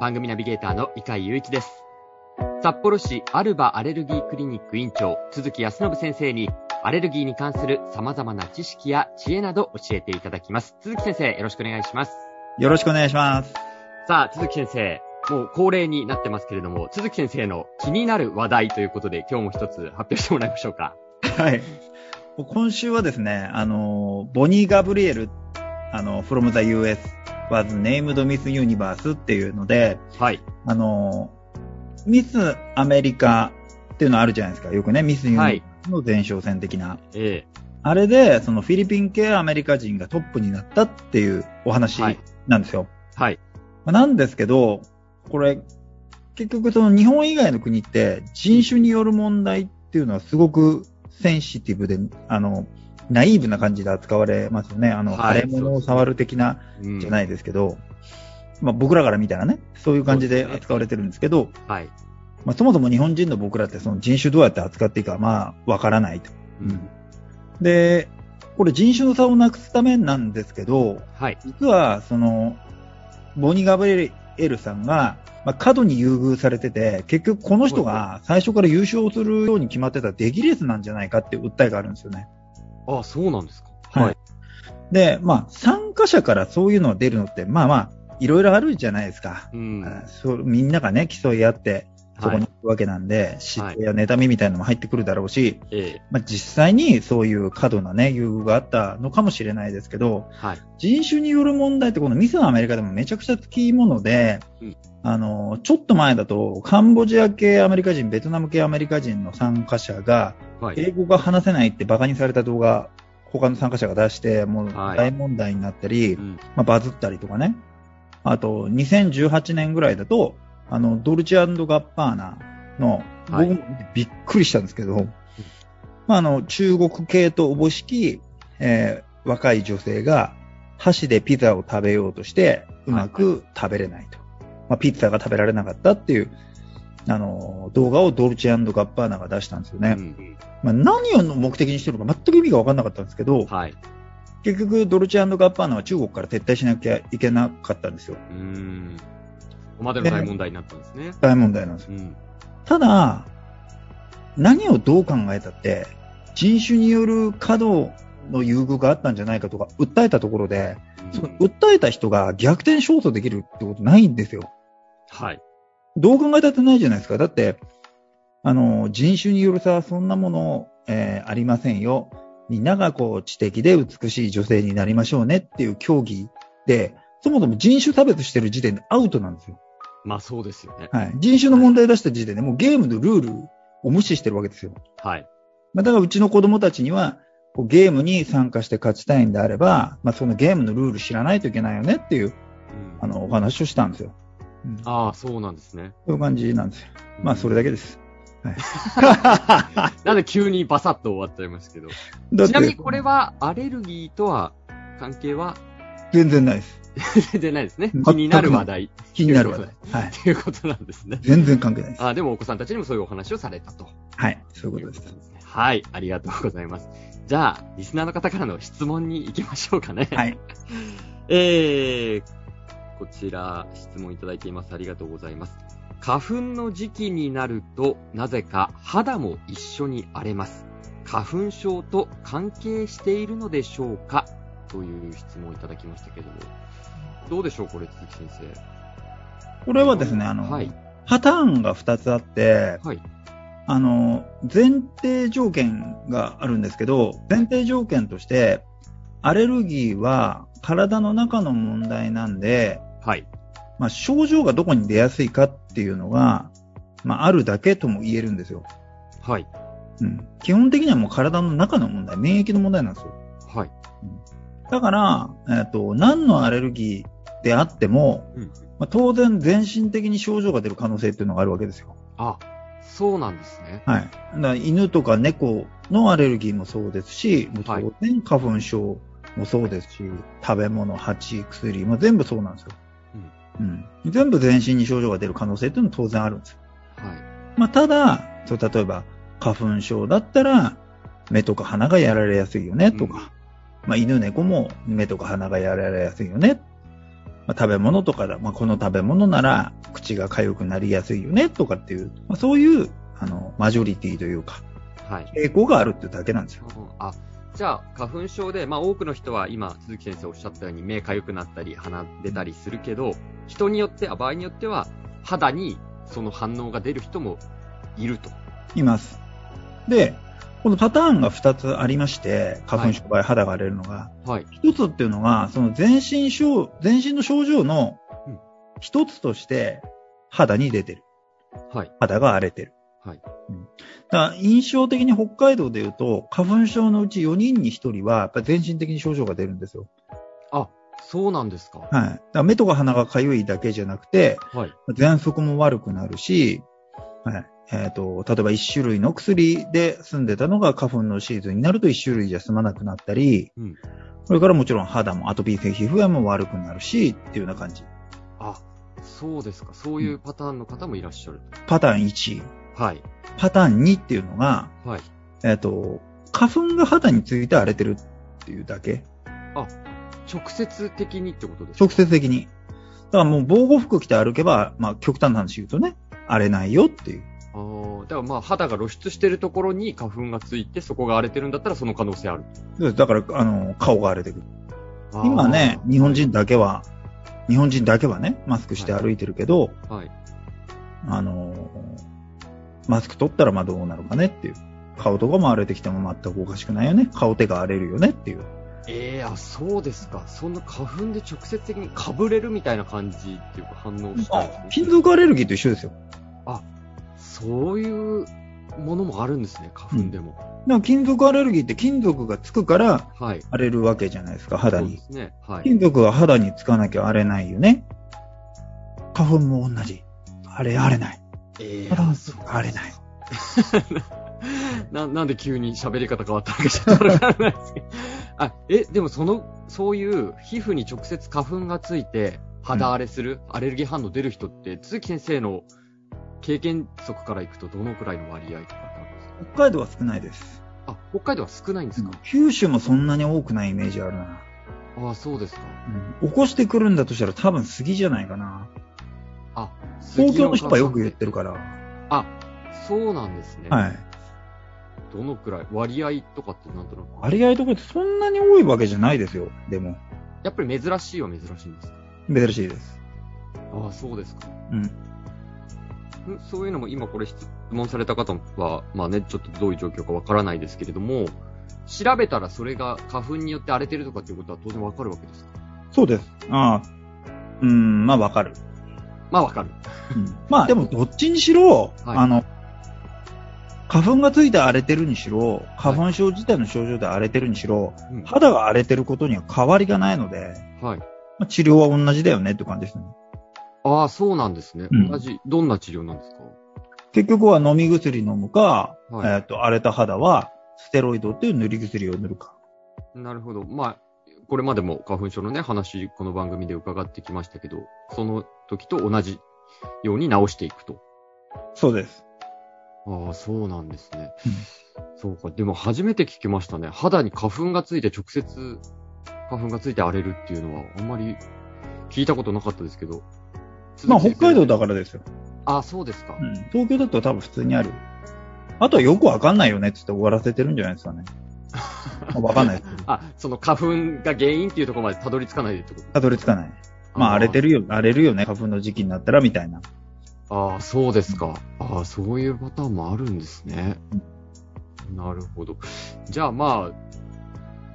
番組ナビゲーターの伊海祐一です札幌市アルバアレルギークリニック院長鈴木康信先生にアレルギーに関する様々な知識や知恵など教えていただきます鈴木先生よろしくお願いしますよろしくお願いします。さあ鈴木先生もう恒例になってますけれども鈴木先生の気になる話題ということで今日も一つ発表してもらいましょうかはい。今週はですね、あの、ボニー・ガブリエル、あの、from the US was named Miss Universe っていうので、はいあの、ミスアメリカっていうのあるじゃないですか。よくね、ミスユニバースの前哨戦的な。えあれで、そのフィリピン系アメリカ人がトップになったっていうお話はいなんですよ。えはいまあなんですけど、これ、結局その日本以外の国って人種による問題っていうのはすごくセンシティブで、あの、ナイーブな感じで扱われますよね。あの、はい腫れ物を触る的なうんじゃないですけど、まあ僕らから見たらね、そういう感じでそうですね扱われてるんですけど、はいまあそもそも日本人の僕らってその人種どうやって扱っていいか、まあわからないと。うんで、これ人種の差をなくすためなんですけど、はい実は、その、ボニー・ガブリエルさんが、まあ、過度に優遇されてて、結局この人が最初から優勝するように決まってた出来レースなんじゃないかっていう訴えがあるんですよね。あそうなんですかはいで、まあ、参加者からそういうのが出るのって、まあまあ、いろいろあるじゃないですか。うんあそうみんながね、競い合って、そこに行くわけなんで、嫉妬や妬みみたいなのも入ってくるだろうし、ええまあ、実際にそういう過度なね、優遇があったのかもしれないですけど、はい。人種による問題ってこのミスのアメリカでもめちゃくちゃつきもので、うんあの、ちょっと前だとカンボジア系アメリカ人、ベトナム系アメリカ人の参加者がはい。英語が話せないってバカにされた動画、他の参加者が出して、もうはい大問題になったり、うんまあ、バズったりとかね。あと、2018年ぐらいだと、あの、ドルチェガッパーナの、はい僕もびっくりしたんですけど、まあ、あの、中国系とおぼしき、えー若い女性が、箸でピザを食べようとして、うまく食べれないと。まあ、ピッツァが食べられなかったっていう、あの、動画をドルチェガッパーナが出したんですよね。うんまあ、何を目的にしてるのか全く意味が分かんなかったんですけど、はい。結局、ドルチェガッパーナは中国から撤退しなきゃいけなかったんですよ。うーん。ここまでの大問題になったんですね。大問題なんですよ。うん。ただ、何をどう考えたって、人種による過度の優遇があったんじゃないかとか、訴えたところで、その訴えた人が逆転勝訴できるってことないんですよ。はい。どう考えたってないじゃないですか。だって、あの、人種による差はそんなもの、えーありませんよ。みんながこう知的で美しい女性になりましょうねっていう競技で、そもそも人種差別してる時点でアウトなんですよ。まあそうですよね。はい。人種の問題出した時点でもうゲームのルールを無視してるわけですよ。はい。まあ、だからうちの子供たちには、こうゲームに参加して勝ちたいんであれば、まあ、そのゲームのルール知らないといけないよねっていう、うんあの、お話をしたんですよ。うん、そああ、そうなんですね。ういう感じなんですよ。まあ、それだけです。け。 なんで急にバサッと終わっちゃいましたけど。ちだってなみにこれはアレルギーとは関係は全然ないです。全然ないですね。全気くになる話題気になる話題。はい。ということなんですね。全然関係ないです。ああ、でもお子さんたちにもそういうお話をされたと。はい。そういうことです。はい、ありがとうございます。じゃあ、リスナーの方からの質問に行きましょうかね。はい。えー、こちら質問いただいています。ありがとうございます。花粉の時期になると、なぜか肌も一緒に荒れます。花粉症と関係しているのでしょうかという質問をいただきましたけども。どうでしょうこれ、鈴木先生。これはですね、あの、はい。パターンが2つあって、はい。あの、前提条件があるんですけど、前提条件として、アレルギーは体の中の問題なんで、はい。まあ、症状がどこに出やすいかっていうのが、まあ、あるだけとも言えるんですよ。はい。うん。基本的にはもう体の中の問題、免疫の問題なんですよ。はい。だから、えっ、と、何のアレルギーであっても、うん。まあまあ、当然全身的に症状が出る可能性っていうのがあるわけですよ。あ、そうなんですね。はい。だから犬とか猫のアレルギーもそうですし、もう当然花粉症もそうですし、食べ物、蜂、薬も全部そうなんですよ。うん。全部全身に症状が出る可能性っていうのは当然あるんですよ。はい。まあ、ただ、そう例えば花粉症だったら、目とか鼻がやられやすいよねとか、まあ、犬猫も目とか鼻がやられやすいよね。まあ、食べ物とかだ、まあ、この食べ物なら口が痒くなりやすいよねとかっていう、まあ、そういうあのマジョリティというか、はい。傾向があるってだけなんですよ。うんあ、じゃあ、花粉症で、まあ多くの人は今、鈴木先生おっしゃったように目痒くなったり、鼻出たりするけど、人によっては、場合によっては、肌にその反応が出る人もいると。います。で、このパターンが2つありまして、花粉症の場合肌が荒れるのが、はい。一つっていうのが、その全身症、全身の症状のうん一つとして肌に出てる。はい。肌が荒れてる。はいうん。だから印象的に北海道で言うと、花粉症のうち4人に1人は、やっぱり全身的に症状が出るんですよ。そうなんですか。はい。だから目とか鼻が痒いだけじゃなくて、はい。喘息も悪くなるし、はい。えっ、と、例えば1種類の薬で済んでたのが花粉のシーズンになると1種類じゃ済まなくなったり、うんそれからもちろん肌もアトピー性皮膚炎も悪くなるし、っていうような感じ。あ、そうですか。そういうパターンの方もいらっしゃる。パターン1。はい。パターン2っていうのが、はい。えっ、と、花粉が肌について荒れてるっていうだけ。直接的にってことですか直接的に。だからもう防護服着て歩けば、まあ極端な話言うとね、荒れないよっていう。あーだからまあ肌が露出してるところに花粉がついてそこが荒れてるんだったらその可能性ある。そうですだから、あの、顔が荒れてくる。あー今ね、日本人だけは、日本人だけはね、マスクして歩いてるけど、はい。あのー、マスク取ったらまあどうなるかねっていう。顔とかも荒れてきても全くおかしくないよね。顔手が荒れるよねっていう。ええあ、そうですか。そんな花粉で直接的にかぶれるみたいな感じっていうか反応したあん、です金ね。属アレルギーと一緒ですよ。そういうものもあるんですね、花粉でも。でも金属アレルギーって金属がつくからはい。荒れるわけじゃないですか、肌そうでに。すね。はい。金属が肌につかなきゃ荒れないよね。花粉も同じ。荒れ荒れない。ええ肌あがそつくから荒れない。な、なんで急に喋り方変わったのかちょっとわからない ですけど。あ、え、でもその、そういう皮膚に直接花粉がついて肌荒れする、アレルギー反応出る人って、鈴木先生の経験則からいくとどのくらいの割合とかってあるんですか北海道は少ないです。あ、北海道は少ないんですか、九州もそんなに多くないイメージあるな。ああ、そうですか。うん起こしてくるんだとしたら多分杉じゃないかな。あ、東京の人がよく言ってる。るから。そうなんですね。はい。どのくらい割合とかってなんとなく。割合とかってそんなに多いわけじゃないですよ。でも、やっぱり珍しいは珍しいんですか珍しいです。ああ、そうですか。うん。んそういうのも今これ質問された方は、まあね、ちょっとどういう状況かわからないですけれども、調べたらそれが花粉によって荒れてるとかっていうことは当然わかるわけですかそうです。ああ。うん、まあわかる。まあわかる。うんまあでもどっちにしろ、はいあの、花粉がついて荒れてるにしろ、花粉症自体の症状で荒れてるにしろ、うん肌が荒れてることには変わりがないので、はい。まあ治療は同じだよねって感じですね。ああ、そうなんですね。うん同じ、どんな治療なんですか結局は飲み薬飲むか、はいえっ、と、荒れた肌は、ステロイドっていう塗り薬を塗るか。なるほど。まあ、これまでも花粉症のね、話、この番組で伺ってきましたけど、その時と同じように治していくと。そうです。ああ、そうなんですね。そうか。でも初めて聞きましたね。肌に花粉がついて直接花粉がついて荒れるっていうのは、あんまり聞いたことなかったですけど。まあ、北海道だ。だからですよ。ああ、そうですかう。ん。東京だと多分普通にある。あとはよくわかんないよねってって終わらせてるんじゃないですか ね。まあわかんないですけど。あ、その花粉が原因っていうところまでたどり着かないってことたどり着かない。まあ、荒れてる。るよ、荒れるよね、花粉の時期になったらみたいな。ああ、そうですか。ああ、そういうパターンもあるんですねう。なるほど。じゃあまあ、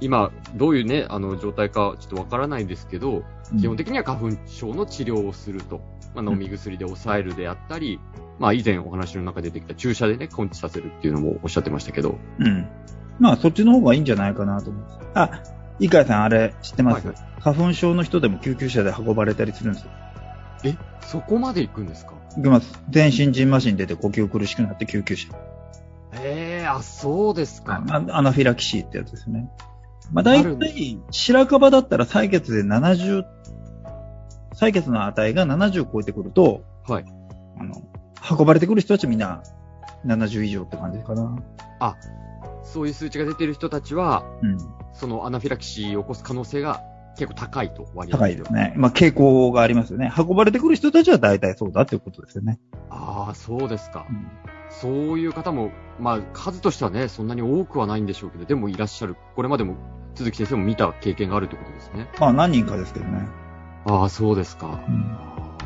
今、どういうね、あの、状態かちょっとわからないですけど、基本的的には花粉症の治療をすると。まあ、飲み薬で抑えるであったり、まあ以前お話の中で出てきた注射でね、根治させるっていうのもおっしゃってましたけど。うん。まあ、そっちの方がいいんじゃないかなと思います。あ、井川さん、あれ知ってます、はい花粉症の人でも救急車で運ばれたりするんですよ。え、そこまで行くんですかいきます。全身蕁麻疹出て呼吸苦しくなって救急車。ええあ、そうですか。あアナフィラキシーってやつですね。まあ、大体、白樺だったら採血で70、採血の値が70超えてくると、はい。あの、運ばれてくる人たちみんな70以上って感じかな。あ、そういう数値が出てる人たちは、うん。そのアナフィラキシーを起こす可能性が結構高いと割合。高いですね。まあ、傾向がありますよね。運ばれてくる人たちは大体そうだっていうことですよね。ああ、そうですかう。んそういう方も、まあ、数としてはね、そんなに多くはないんでしょうけど、でもいらっしゃる。これまでも、鈴木先生も見た経験があるってことですね。まあ、何人かですけどね。ああ、そうですか。うん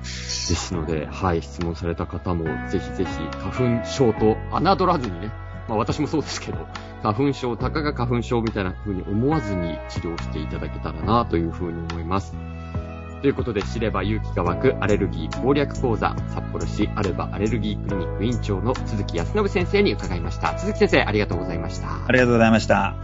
ですので、はい、質問された方も、ぜひぜひ、花粉症と侮らずにね、まあ私もそうですけど、花粉症、たかが花粉症みたいな風に思わずに治療していただけたらなという風に思います。ということで、知れば勇気が湧くアレルギー攻略講座、札幌市アルバアレルギークリニック委員長の鈴木康信先生に伺いました。鈴木先生、ありがとうございました。ありがとうございました。